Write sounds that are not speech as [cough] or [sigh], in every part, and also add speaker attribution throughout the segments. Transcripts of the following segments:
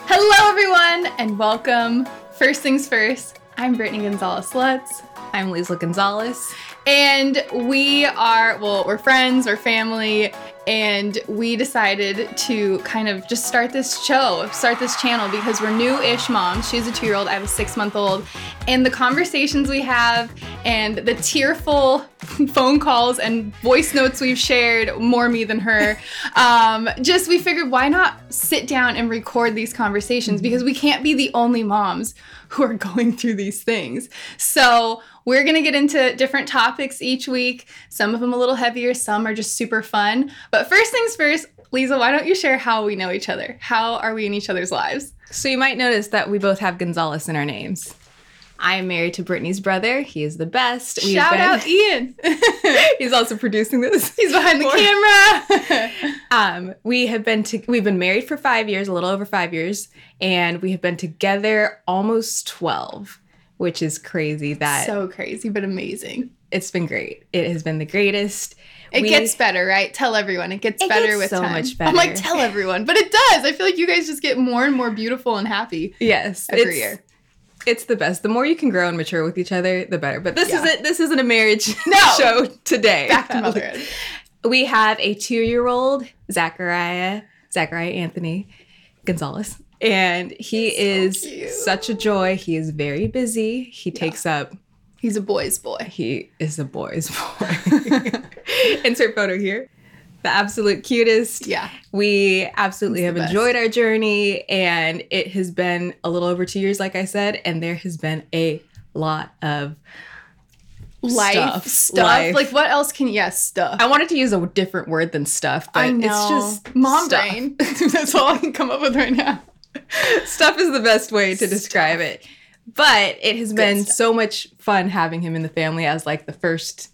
Speaker 1: Hello, everyone, and welcome. First things first, I'm Brittany Gonzalez Lutz,
Speaker 2: I'm Liesla Gonzalez.
Speaker 1: and we are, well, we're friends, we're family, and we decided to kind of just start this show, start this channel, because we're new ish moms. She's a two year old, I have a six month old, and the conversations we have, and the tearful [laughs] phone calls and voice notes we've shared, more me than
Speaker 2: [laughs]
Speaker 1: her, um, just we figured why not sit down and record these
Speaker 2: Mm-hmm.
Speaker 1: conversations because we can't be the only moms who are [laughs] going through these things. So we're going to get into different topics each week. Some of them a little heavier, some are just super fun. But first things first, Lisa, why don't you share how we know each other? How are we in each other's lives?
Speaker 2: So you might notice that we both have Gonzalez in our names. I am married to Brittany's brother. He is the best. We've
Speaker 1: Shout
Speaker 2: been- [laughs]
Speaker 1: out Ian. [laughs]
Speaker 2: He's also producing this.
Speaker 1: He's
Speaker 2: [laughs]
Speaker 1: behind the
Speaker 2: Or-
Speaker 1: camera.
Speaker 2: [laughs] Um, we have been to, we've been married for five years, a little over five years, and we have been together almost twelve, which is crazy. That
Speaker 1: so crazy, but amazing.
Speaker 2: it's been great. It has been the greatest.
Speaker 1: It
Speaker 2: We-
Speaker 1: gets better, right? Tell everyone. It gets
Speaker 2: It
Speaker 1: better
Speaker 2: gets
Speaker 1: with
Speaker 2: so
Speaker 1: time.
Speaker 2: much
Speaker 1: I'm like,
Speaker 2: better.
Speaker 1: tell everyone, but it does. I feel like you guys just get more and more beautiful and
Speaker 2: [laughs]
Speaker 1: happy.
Speaker 2: yes
Speaker 1: every
Speaker 2: it's-
Speaker 1: year.
Speaker 2: It's the best. The more you can grow and mature with each other, the better. But this
Speaker 1: Yeah.
Speaker 2: isn't this isn't a marriage
Speaker 1: No.
Speaker 2: [laughs] show today.
Speaker 1: Back to motherhood.
Speaker 2: We have a two year old, Zachariah, Zachariah Anthony Gonzalez. And he
Speaker 1: He's so cute.
Speaker 2: is such a joy. He is very busy. He takes up,
Speaker 1: He's a boy's boy.
Speaker 2: he is a boy's [laughs] boy. [laughs] Insert photo here. The absolute cutest.
Speaker 1: Yeah.
Speaker 2: We absolutely have
Speaker 1: the best.
Speaker 2: enjoyed our journey, and it has been a little over two years, like I said, and there has been a lot of
Speaker 1: Life stuff.
Speaker 2: Stuff. Life.
Speaker 1: Like what else can yes, stuff.
Speaker 2: I wanted to use a different word than stuff, but
Speaker 1: I know.
Speaker 2: it's just
Speaker 1: mom
Speaker 2: stuff.
Speaker 1: brain. [laughs] That's all I can come up with right now.
Speaker 2: stuff is the best way to describe it. But it has been
Speaker 1: stuff.
Speaker 2: so much fun having him in the family as like the first,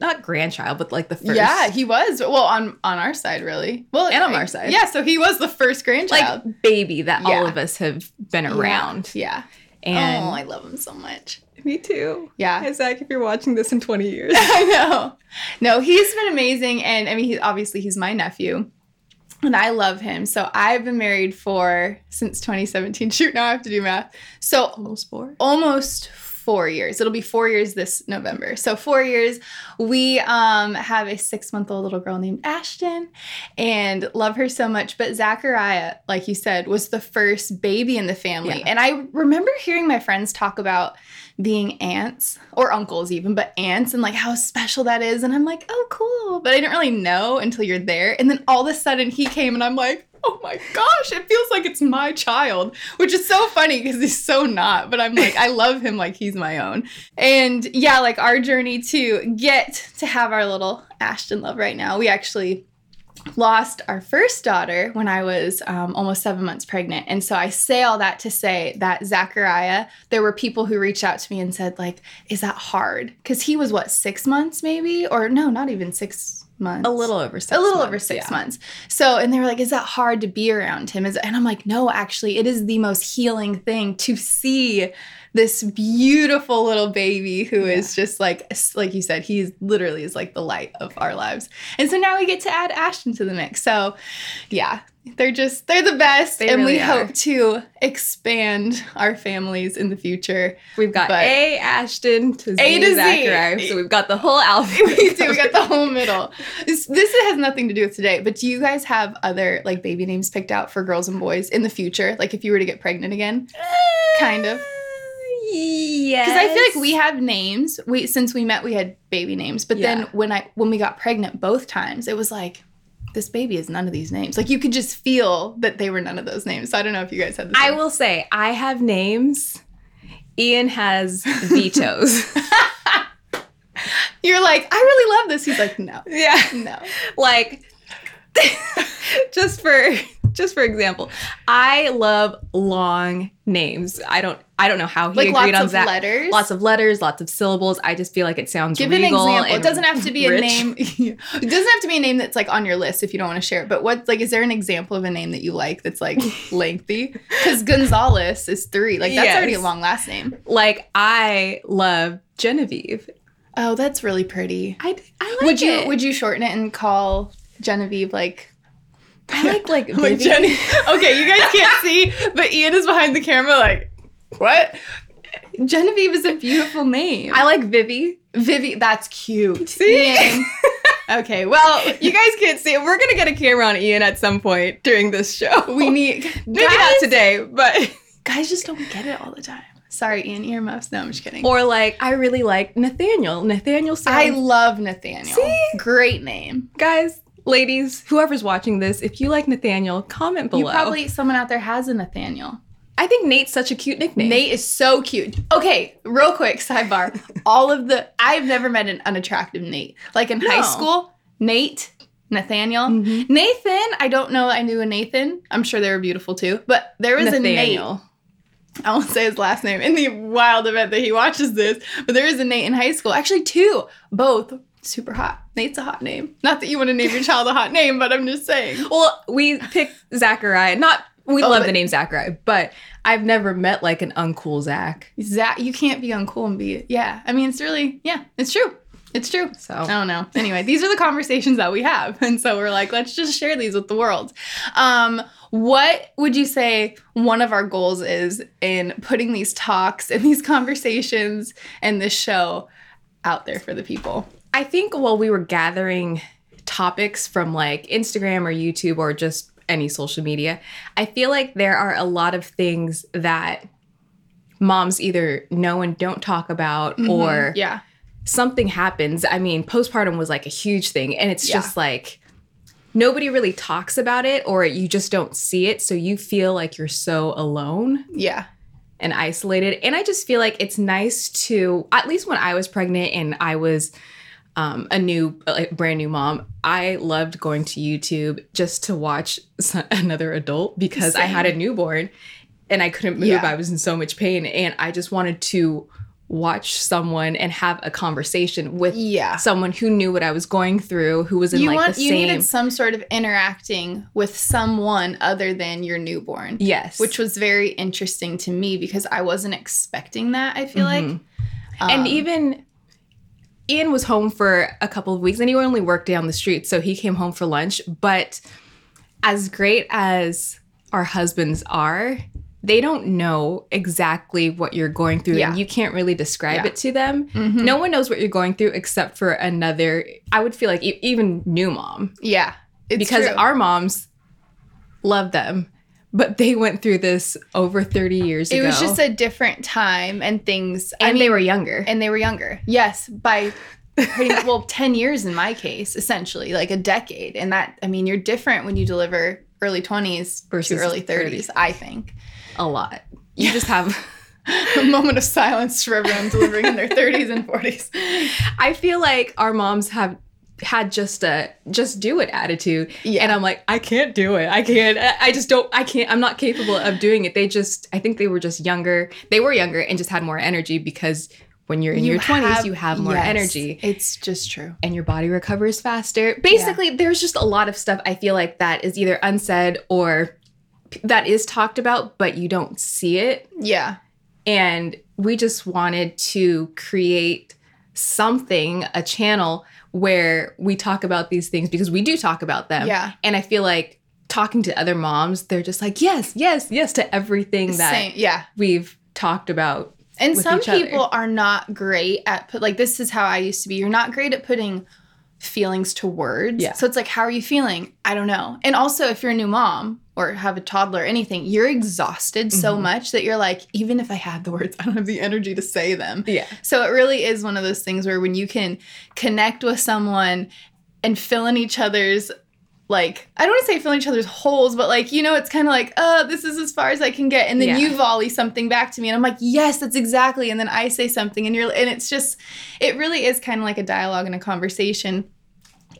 Speaker 2: not grandchild, but like the first.
Speaker 1: Yeah, he was. Well, on on our side, really. Well,
Speaker 2: And on
Speaker 1: I-
Speaker 2: our side.
Speaker 1: Yeah, so he was the first grandchild.
Speaker 2: like baby that all
Speaker 1: Yeah.
Speaker 2: of us have been around.
Speaker 1: Yeah.
Speaker 2: And
Speaker 1: oh, I love him so much.
Speaker 2: me too.
Speaker 1: Yeah.
Speaker 2: Zach, if you're watching this in 20
Speaker 1: [laughs]
Speaker 2: years,
Speaker 1: I know. No, he's been amazing, and I mean, he obviously he's my nephew, and I love him. So I've been married for since 2017. [laughs] Shoot, now I have to do math. So
Speaker 2: almost four.
Speaker 1: almost four years. It'll be four years this November. So four years. We um, have a six-month-old little girl named Ashton, and love her so much. But Zachariah, like you said, was the first baby in the family,
Speaker 2: Yeah.
Speaker 1: and I remember hearing my friends talk about being aunts or uncles even, but aunts and like how special that is. And I'm like, oh, cool. But I didn't really know until you're there. And then all of a sudden he came and I'm like, oh my gosh, it feels like it's my child, which is so funny because he's so not. But I'm
Speaker 2: [laughs]
Speaker 1: like, I love him like he's my own. And yeah, like our journey to get to have our little Ashton love right now. We actually lost our first daughter when I was um, almost seven months pregnant. And so I say all that to say that Zachariah, there were people who reached out to me and said, like, is that hard? Because he was what, six months maybe? Or no, not even six months.
Speaker 2: A little over six.
Speaker 1: A little
Speaker 2: months,
Speaker 1: over six
Speaker 2: yeah.
Speaker 1: months. So, and they were like, "Is that hard to be around him?" Is and I'm like, "No, actually, it is the most healing thing to see this beautiful little baby who is just like, like you said, he is literally is like the light of our lives." And so now we get to add Ashton to the mix. So, yeah, they're just they're the best,
Speaker 2: They
Speaker 1: and we
Speaker 2: really are.
Speaker 1: hope to expand our families in the future.
Speaker 2: We've got
Speaker 1: But-
Speaker 2: A, Ashton, to Z,
Speaker 1: A to Z.
Speaker 2: Zachariah. So we've got the
Speaker 1: [laughs]
Speaker 2: whole alphabet.
Speaker 1: we do. We
Speaker 2: [laughs] covered.
Speaker 1: got the whole middle. This, this has nothing to do with today, but do you guys have other like baby names picked out for girls and boys in the future? Like if you were to get pregnant again? Kind of.
Speaker 2: Yeah.
Speaker 1: Because I feel like we have names. We since we met, we had baby names, but
Speaker 2: Yeah.
Speaker 1: then when I when we got pregnant both times, it was like. This baby is none of these names. Like you could just feel that they were none of those names. So I don't know if you guys had. The
Speaker 2: I
Speaker 1: same.
Speaker 2: will say I have names. Ian has vetoes.
Speaker 1: [laughs]
Speaker 2: [laughs]
Speaker 1: You're like, I really love this. He's like, no,
Speaker 2: yeah.
Speaker 1: no.
Speaker 2: Like [laughs] just for just for example, I love long names. I don't I don't know how he
Speaker 1: Like
Speaker 2: agreed
Speaker 1: lots
Speaker 2: on
Speaker 1: of
Speaker 2: that.
Speaker 1: letters.
Speaker 2: Lots of letters, lots of syllables. I just feel like it sounds
Speaker 1: Give an
Speaker 2: regal
Speaker 1: example. It
Speaker 2: and
Speaker 1: doesn't have to be a
Speaker 2: rich.
Speaker 1: name. [laughs] it doesn't have to be a name that's like on your list if you don't want to share it. But what like is there an example of a name that you like that's [laughs] like lengthy? Because Gonzalez is three. Like that's already a
Speaker 2: Yes.
Speaker 1: long last name.
Speaker 2: Like I love Genevieve.
Speaker 1: Oh, that's really pretty.
Speaker 2: I I like
Speaker 1: Would you
Speaker 2: it.
Speaker 1: would you shorten it and call Genevieve like
Speaker 2: I like
Speaker 1: [laughs]
Speaker 2: like,
Speaker 1: Like [laughs]
Speaker 2: Vivi.
Speaker 1: Jenny. Okay, you guys can't see, but Ian is behind the camera like, what? Genevieve is a beautiful name.
Speaker 2: I like Vivi.
Speaker 1: Vivi, that's cute.
Speaker 2: See?
Speaker 1: [laughs] Ian. okay, well, Oh, you guys can't see it. We're gonna get a camera on Ian at some point during this show.
Speaker 2: We need
Speaker 1: Oh, maybe
Speaker 2: guys-
Speaker 1: not today,
Speaker 2: [laughs]
Speaker 1: but guys just don't get it all the time. Sorry, Ian, earmuffs. No, I'm just kidding.
Speaker 2: Or like I really like Nathaniel. Nathaniel
Speaker 1: I
Speaker 2: sounds
Speaker 1: love Nathaniel.
Speaker 2: See?
Speaker 1: Great name.
Speaker 2: guys, ladies, whoever's watching this, if you like Nathaniel, comment below.
Speaker 1: You probably someone out there has a Nathaniel.
Speaker 2: I think Nate's such a cute nickname.
Speaker 1: Nate is so cute. Okay, real quick sidebar.
Speaker 2: [laughs]
Speaker 1: All of the I've never met an unattractive Nate. Like in high
Speaker 2: No.
Speaker 1: school, Nate, Nathaniel,
Speaker 2: Mhm.
Speaker 1: Nathan. I don't know. I knew a Nathan. I'm sure they were beautiful too. But there was a Nate.
Speaker 2: Nathaniel.
Speaker 1: I won't say his last name in the wild event that he watches this. But there is a Nate in high school. Actually, two, both super hot. Nate's a hot name. Not that you want to name your child a hot name, but I'm just saying.
Speaker 2: Well, we picked Zachariah. Not we
Speaker 1: Oh,
Speaker 2: love
Speaker 1: but-
Speaker 2: the name Zachariah, but I've never met like an uncool Zach.
Speaker 1: Zach, you can't be uncool and be yeah. I mean, it's really yeah. It's true. It's true.
Speaker 2: So
Speaker 1: I don't know. Anyway, these are the conversations that we have. And so we're like, let's just share these with the world. Um, what would you say one of our goals is in putting these talks and these conversations and this show out there for the people?
Speaker 2: I think while we were gathering topics from like Instagram or YouTube or just any social media, I feel like there are a lot of things that moms either know and don't talk about or
Speaker 1: Mm-hmm. yeah.
Speaker 2: something happens. I mean, postpartum was like a huge thing and it's
Speaker 1: Yeah.
Speaker 2: just like nobody really talks about it or you just don't see it, so you feel like you're so alone
Speaker 1: Yeah.
Speaker 2: and isolated. And I just feel like it's nice to, at least when I was pregnant and I was um, a new, a brand new mom, I loved going to YouTube just to watch s- [laughs] another adult because I had a newborn and I couldn't move.
Speaker 1: Yeah.
Speaker 2: I was in so much pain. And I just wanted to watch someone and have a conversation with
Speaker 1: Yeah.
Speaker 2: someone who knew what I was going through, who was in
Speaker 1: You
Speaker 2: like
Speaker 1: want
Speaker 2: the
Speaker 1: you
Speaker 2: same.
Speaker 1: needed some sort of interacting with someone other than your newborn.
Speaker 2: yes.
Speaker 1: Which was very interesting to me because I wasn't expecting that, I feel like.
Speaker 2: Mm-hmm.
Speaker 1: Um,
Speaker 2: and even Ian was home for a couple of weeks and he only worked down the street, so he came home for lunch. But as great as our husbands are, they don't know exactly what you're going through,
Speaker 1: Yeah.
Speaker 2: and you can't really describe
Speaker 1: Yeah.
Speaker 2: it to them.
Speaker 1: Mhm.
Speaker 2: No one knows what you're going through except for another, I would feel like e- even new mom,
Speaker 1: yeah. It's
Speaker 2: because
Speaker 1: true.
Speaker 2: our moms love them, but they went through this over 30 years
Speaker 1: it
Speaker 2: ago.
Speaker 1: was just a different time and things
Speaker 2: and
Speaker 1: I mean,
Speaker 2: they were younger.
Speaker 1: and they were younger yes by
Speaker 2: [laughs]
Speaker 1: pretty much, well 10 years in my case essentially like a decade and that i mean you're different when you deliver early 20s versus
Speaker 2: Versus
Speaker 1: early 30s i think
Speaker 2: a lot. You just have.
Speaker 1: a moment of silence for everyone delivering
Speaker 2: [laughs]
Speaker 1: in their 30s and 40s
Speaker 2: I feel like our moms have had just a just do it attitude.
Speaker 1: Yeah.
Speaker 2: And I'm like, I can't do it. I can't. I- I just don't. I can't. I'm not capable of doing it. They just. I think they were just younger. They were younger and just had more energy because when you're in your 20s, you have more
Speaker 1: yes,
Speaker 2: energy
Speaker 1: it's just true
Speaker 2: and your body recovers faster. Basically, there's just a lot of stuff I feel like that is either unsaid or p- that is talked about, but you don't see it
Speaker 1: yeah
Speaker 2: and we just wanted to create something a channel where we talk about these things because we do talk about them
Speaker 1: Yeah.
Speaker 2: and i feel like talking to other moms they're just like yes yes yes to everything that
Speaker 1: same yeah
Speaker 2: we've talked about
Speaker 1: And
Speaker 2: with
Speaker 1: some
Speaker 2: each other.
Speaker 1: people are not great at put like this is how I used to be. You're not great at putting feelings to words.
Speaker 2: Yeah.
Speaker 1: So it's like, how are you feeling? I don't know. And also if you're a new mom or have a toddler or anything, you're exhausted so
Speaker 2: Mhm.
Speaker 1: much that you're like, even if I had the words, [laughs] I don't have the energy to say them.
Speaker 2: yeah
Speaker 1: So it really is one of those things where when you can connect with someone and fill in each other's like I don't want to say fill in each other's holes, but like you know, it's kind of like oh, this is as far as I can get, and then
Speaker 2: Yeah.
Speaker 1: you volley something back to me, and I'm like, yes, that's exactly, and then I say something, and you're, and it's just, it really is kind of like a dialogue and a conversation.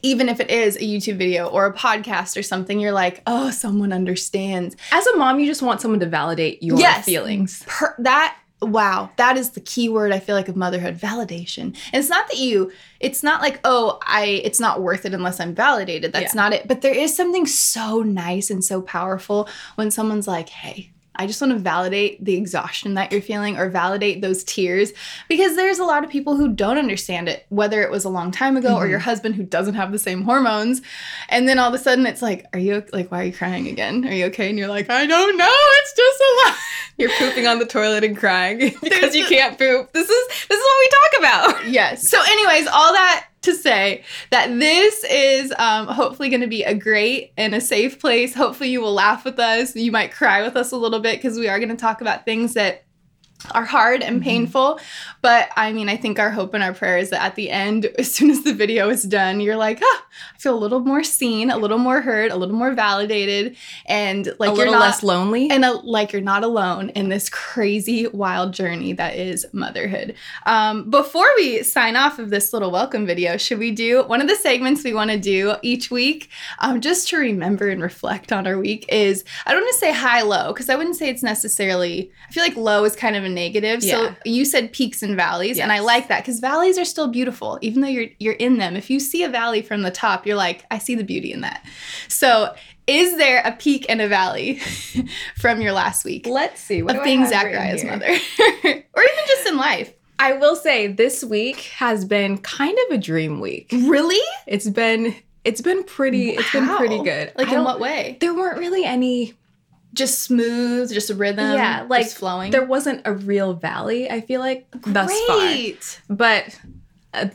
Speaker 1: Even if it is a YouTube video or a podcast or something, you're like, oh, someone understands.
Speaker 2: as a mom you just want someone to validate your
Speaker 1: Yes.
Speaker 2: feelings
Speaker 1: per- that wow that is the key word i feel like of motherhood validation and it's not that you it's not like oh i it's not worth it unless i'm validated that's
Speaker 2: Yeah.
Speaker 1: not it but there is something so nice and so powerful when someone's like hey I just want to validate the exhaustion that you're feeling or validate those tears because there's a lot of people who don't understand it, whether it was a long time ago or
Speaker 2: Mhm.
Speaker 1: your husband who doesn't have the same hormones. And then all of a sudden it's like, are you like, why are you crying again? Are you okay? And you're like, I don't know. It's just a lot.
Speaker 2: You're pooping on the toilet and crying [laughs] because
Speaker 1: There's
Speaker 2: you
Speaker 1: a-
Speaker 2: can't poop. This is this is what we talk about.
Speaker 1: yes. So, anyways, all that to say that this is um, hopefully going to be a great and a safe place. Hopefully, you will laugh with us. You might cry with us a little bit because we are going to talk about things that are hard and
Speaker 2: Mhm.
Speaker 1: painful. But I mean, I think our hope and our prayer is that at the end, [laughs] as soon as the video is done, you're like, ah, I feel a little more seen, a little more heard, a little more validated, and like
Speaker 2: a
Speaker 1: you're
Speaker 2: little
Speaker 1: not
Speaker 2: less lonely.
Speaker 1: and uh like you're not alone in this crazy wild journey that is motherhood um, before we sign off of this little welcome video should we do one of the segments we want to do each week um, just to remember and reflect on our week is i don't want to say high low because i wouldn't say it's necessarily i feel like low is kind of a negative
Speaker 2: Yeah.
Speaker 1: so you said peaks and valleys and i
Speaker 2: Yes.
Speaker 1: like that because valleys are still beautiful even though you're you're in them if you see a valley from the top you're like i see the beauty in that so is there a peak and a valley [laughs] from your last week
Speaker 2: Let's see what
Speaker 1: of
Speaker 2: do I
Speaker 1: being
Speaker 2: have written
Speaker 1: Zachariah's
Speaker 2: here?
Speaker 1: mother, [laughs] or even just in life.
Speaker 2: I will say this week has been kind of a dream week.
Speaker 1: Really?
Speaker 2: It's been it's been pretty it's been pretty
Speaker 1: Wow.
Speaker 2: good.
Speaker 1: Like
Speaker 2: I
Speaker 1: in
Speaker 2: don't-
Speaker 1: what way?
Speaker 2: there weren't really any
Speaker 1: Just smooth, just a rhythm.
Speaker 2: Yeah, like,
Speaker 1: just flowing.
Speaker 2: there wasn't a real valley, I feel like thus far.
Speaker 1: Great.
Speaker 2: But uh,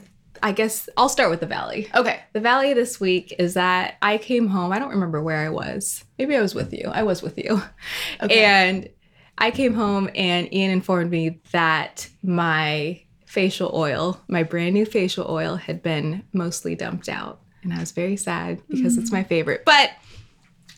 Speaker 2: I guess I'll start with the valley.
Speaker 1: Okay.
Speaker 2: The valley this week is that I came home. I don't remember where I was. Maybe I was with you. I was with you.
Speaker 1: Okay.
Speaker 2: And I came home and Ian informed me that my facial oil, my brand new facial oil, had been mostly dumped out. And I was very sad because
Speaker 1: Mm.
Speaker 2: it's my favorite. But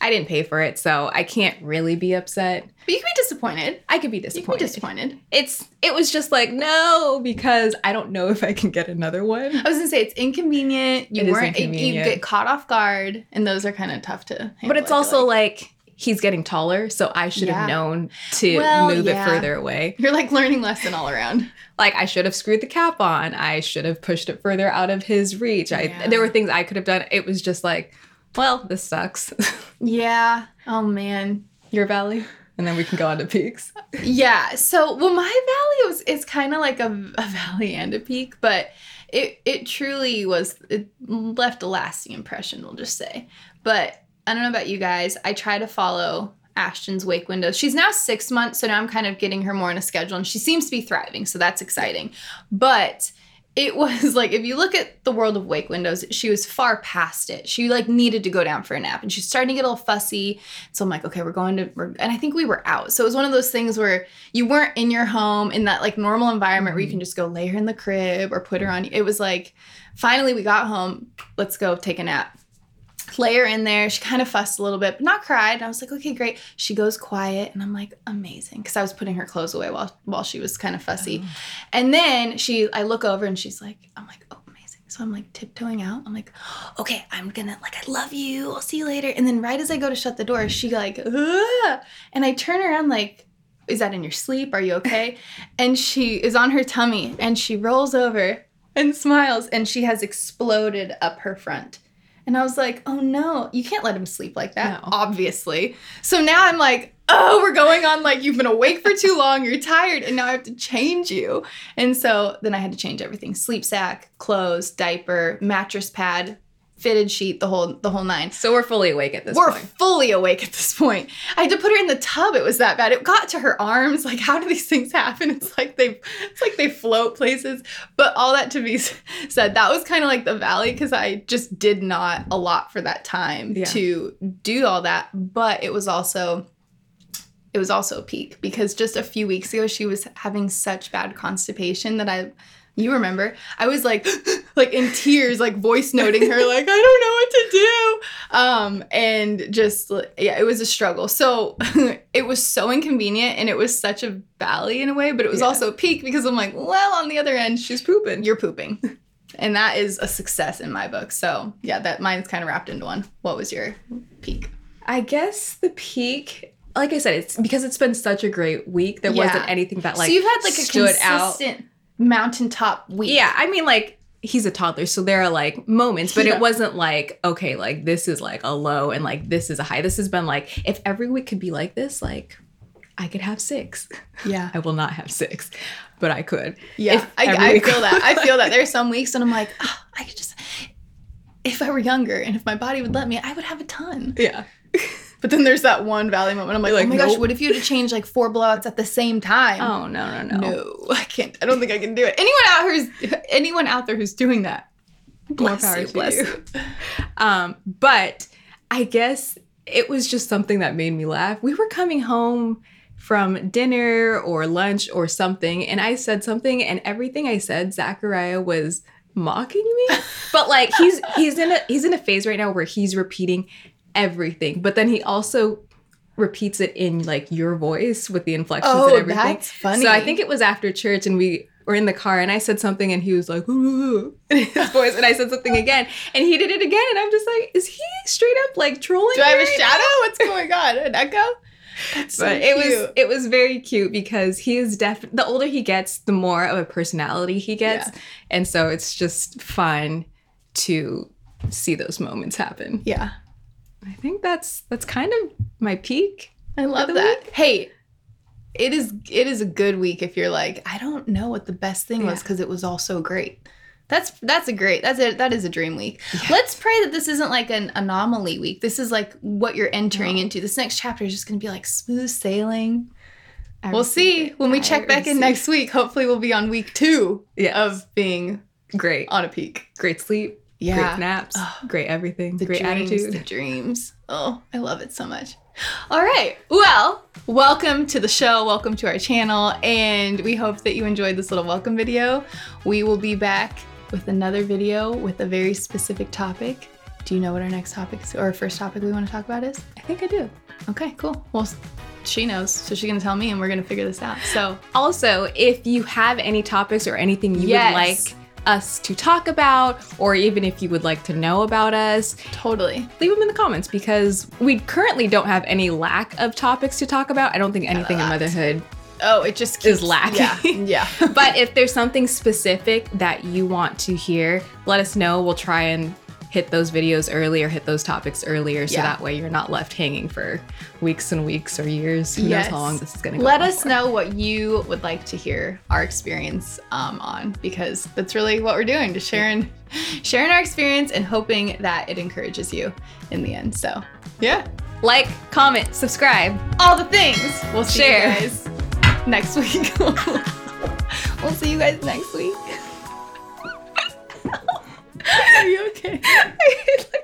Speaker 2: I didn't pay for it, so I can't really be upset.
Speaker 1: but you can be disappointed.
Speaker 2: I could be
Speaker 1: You can be
Speaker 2: disappointed.
Speaker 1: disappointed.
Speaker 2: It's it was just like no because I don't know if I can get
Speaker 1: [laughs]
Speaker 2: another one.
Speaker 1: I was gonna say it's inconvenient. You
Speaker 2: It is
Speaker 1: weren't. you- You
Speaker 2: inconvenient.
Speaker 1: get caught off guard, and those are kind of tough to. Handle,
Speaker 2: But it's
Speaker 1: I feel
Speaker 2: also
Speaker 1: like.
Speaker 2: like, he's getting taller, so I should
Speaker 1: Yeah.
Speaker 2: have known to
Speaker 1: Well,
Speaker 2: move
Speaker 1: yeah.
Speaker 2: it further away.
Speaker 1: you're like learning lesson all around.
Speaker 2: like I should have screwed the cap on. I should have pushed it further out of his reach. I
Speaker 1: Yeah.
Speaker 2: there were things I could have done. It was just like, well, this sucks. [laughs]
Speaker 1: Yeah. Oh man.
Speaker 2: Your valley, and then we can go on to peaks.
Speaker 1: yeah so well my valley was is kind of like a, a valley and a peak but it it truly was it left a lasting impression we'll just say but i don't know about you guys i try to follow ashton's wake window she's now six months so now i'm kind of getting her more on a schedule and she seems to be thriving so that's exciting but it was [laughs] like if you look at the world of wake windows she was far past it she like needed to go down for a nap and she's starting to get a little fussy so I'm like, okay, we're going to, we're, and I think we were out. So it was one of those things where you weren't in your home in that like normal environment where you can just go lay her in the crib or put her on. It was like, finally we got home. Let's go take a nap. Lay her in there. She kind of fussed a little bit, but not cried. And I was like, okay, great. She goes quiet, and I'm like, amazing, because I was putting her clothes away while while she was kind of fussy. And then she, I look over and she's like, I'm like, oh, amazing. So I'm like tiptoeing out. I'm like, okay, I'm gonna like, I love you. I'll see you later. And then right as I go to shut the door, she like, Ugh! and I turn around like, is that in your sleep? Are you okay? and she is on her tummy and she rolls over and smiles and she has exploded up her front. And I was like, oh no, you can't let him sleep like that,
Speaker 2: No.
Speaker 1: obviously. So now I'm like, oh, we're going on like you've been awake for too long, you're tired, and now I have to change you. And so then I had to change everything: sleep sack, clothes, diaper, mattress pad, fitted sheet, the whole the whole nine.
Speaker 2: So we're fully awake at this
Speaker 1: We're
Speaker 2: point.
Speaker 1: fully awake at this point. I had to put her in the tub. It was that bad. It got to her arms. Like, how do these things happen? It's like they, it's like they float places. But all that to be s- said, that was kind of like the valley because I just did not a lot for that time
Speaker 2: Yeah.
Speaker 1: to do all that. But it was also. It was also a peak because just a few weeks ago she was having such bad constipation that I you remember? I was like, [gasps] like in tears, like voice noting her, like I don't know what to do, um, and just like, yeah, it was a struggle. So [laughs] it was so inconvenient, and it was such a valley in a way, but it was
Speaker 2: Yeah.
Speaker 1: also a peak because I'm like, well, on the other end, she's
Speaker 2: She's pooping.
Speaker 1: you're pooping, [laughs] and that is a success in my book. So yeah, that mine's kind of wrapped into one. What was your peak?
Speaker 2: I guess the peak. Like I said, it's because it's been such a great week. There
Speaker 1: Yeah.
Speaker 2: wasn't anything that like
Speaker 1: so you've had like a
Speaker 2: stood out.
Speaker 1: consistent mountaintop week.
Speaker 2: Yeah, I mean like he's a toddler, so there are like moments, but
Speaker 1: Yeah.
Speaker 2: it wasn't like okay, like this is like a low and like this is a high. This has been like if every week could be like this, like I could have six.
Speaker 1: Yeah.
Speaker 2: I will not have six, but I could.
Speaker 1: Yeah,
Speaker 2: If every
Speaker 1: I, I
Speaker 2: week-
Speaker 1: feel that.
Speaker 2: [laughs]
Speaker 1: I feel that. There's some weeks, and I'm like, oh, I could just, if I were younger and if my body would let me, I would have a ton.
Speaker 2: Yeah.
Speaker 1: But then there's that one valley moment. I'm like,
Speaker 2: You're like,
Speaker 1: oh my gosh,
Speaker 2: nope.
Speaker 1: what if you had to change like four blowouts at the same time?
Speaker 2: Oh no, no, no.
Speaker 1: no, I can't. I don't think I can do it. Anyone out who's anyone out there who's doing that,
Speaker 2: Bless
Speaker 1: more power
Speaker 2: you,
Speaker 1: to
Speaker 2: bless
Speaker 1: you.
Speaker 2: you. Um, but I guess it was just something that made me laugh. We were coming home from dinner or lunch or something, and I said something, and everything I said, Zachariah was mocking [laughs] me. But like he's he's in a he's in a phase right now where he's repeating everything, but then he also repeats it in like your voice with the inflections and
Speaker 1: Oh,
Speaker 2: everything.
Speaker 1: that's funny.
Speaker 2: So I think it was after church and we were in the car and I said something and he was like "Ooh," [laughs] in his voice and I said something again and he did it again and I'm just like, is he straight up like trolling?
Speaker 1: do I have
Speaker 2: me
Speaker 1: a
Speaker 2: right
Speaker 1: shadow? What's going on? An echo? That's so
Speaker 2: but it was
Speaker 1: cute.
Speaker 2: it was very cute because he is def the older he gets, the more of a personality he gets. And so it's just fun to see those moments happen.
Speaker 1: yeah.
Speaker 2: I think that's that's kind of my peak.
Speaker 1: I love
Speaker 2: the
Speaker 1: that. Hey, it is it is a good week if you're like, I don't know what the best thing was
Speaker 2: Yeah.
Speaker 1: because it was all so great. That's that's a great that's a that is a dream week. Let's pray that this isn't like an anomaly week. This is like what you're entering
Speaker 2: No.
Speaker 1: into. This next chapter is just gonna be like smooth sailing.
Speaker 2: I
Speaker 1: we'll
Speaker 2: receive
Speaker 1: see
Speaker 2: it.
Speaker 1: when we
Speaker 2: I
Speaker 1: check back in
Speaker 2: receive-
Speaker 1: next week. Hopefully, we'll be on week two
Speaker 2: Yeah.
Speaker 1: of being
Speaker 2: Great.
Speaker 1: on a peak.
Speaker 2: Great sleep.
Speaker 1: Oh. Yeah.
Speaker 2: Great naps.
Speaker 1: Oh.
Speaker 2: great everything.
Speaker 1: The
Speaker 2: great
Speaker 1: dreams,
Speaker 2: attitude.
Speaker 1: The dreams. Oh, I love it so much. All right. Well, welcome to the show. Welcome to our channel. And we hope that you enjoyed this little welcome video. We will be back with another video with a very specific topic. Do you know what our next topic is, or our first topic we want to talk about is?
Speaker 2: I think I do.
Speaker 1: Okay, cool. Well, s- she knows. So she's going to tell me and we're going to figure this out. So,
Speaker 2: Also, if you have any topics or anything you
Speaker 1: Yes.
Speaker 2: would like us to talk about, or even if you would like to know about us,
Speaker 1: totally.
Speaker 2: leave them in the comments because we currently don't have any lack of topics to talk about. I don't think anything in
Speaker 1: lot.
Speaker 2: motherhood.
Speaker 1: Oh, it just
Speaker 2: Is
Speaker 1: keeps
Speaker 2: lacking.
Speaker 1: Yeah.
Speaker 2: [laughs]
Speaker 1: yeah.
Speaker 2: But if there's something specific that you want to hear, let us know. We'll try and hit those videos early or hit those topics earlier so
Speaker 1: Yeah.
Speaker 2: that way you're not left hanging for weeks and weeks or years. Who knows
Speaker 1: Yes.
Speaker 2: how long this is going to go.
Speaker 1: Let
Speaker 2: on
Speaker 1: us
Speaker 2: for.
Speaker 1: know what you would like to hear our experience um, on because that's really what we're doing, just sharing sharing our experience and hoping that it encourages you in the end. So yeah.
Speaker 2: Like, comment, subscribe.
Speaker 1: All the things. We'll see
Speaker 2: Share.
Speaker 1: you guys next week. [laughs] we'll see you guys [laughs] next week. Are you okay? [laughs]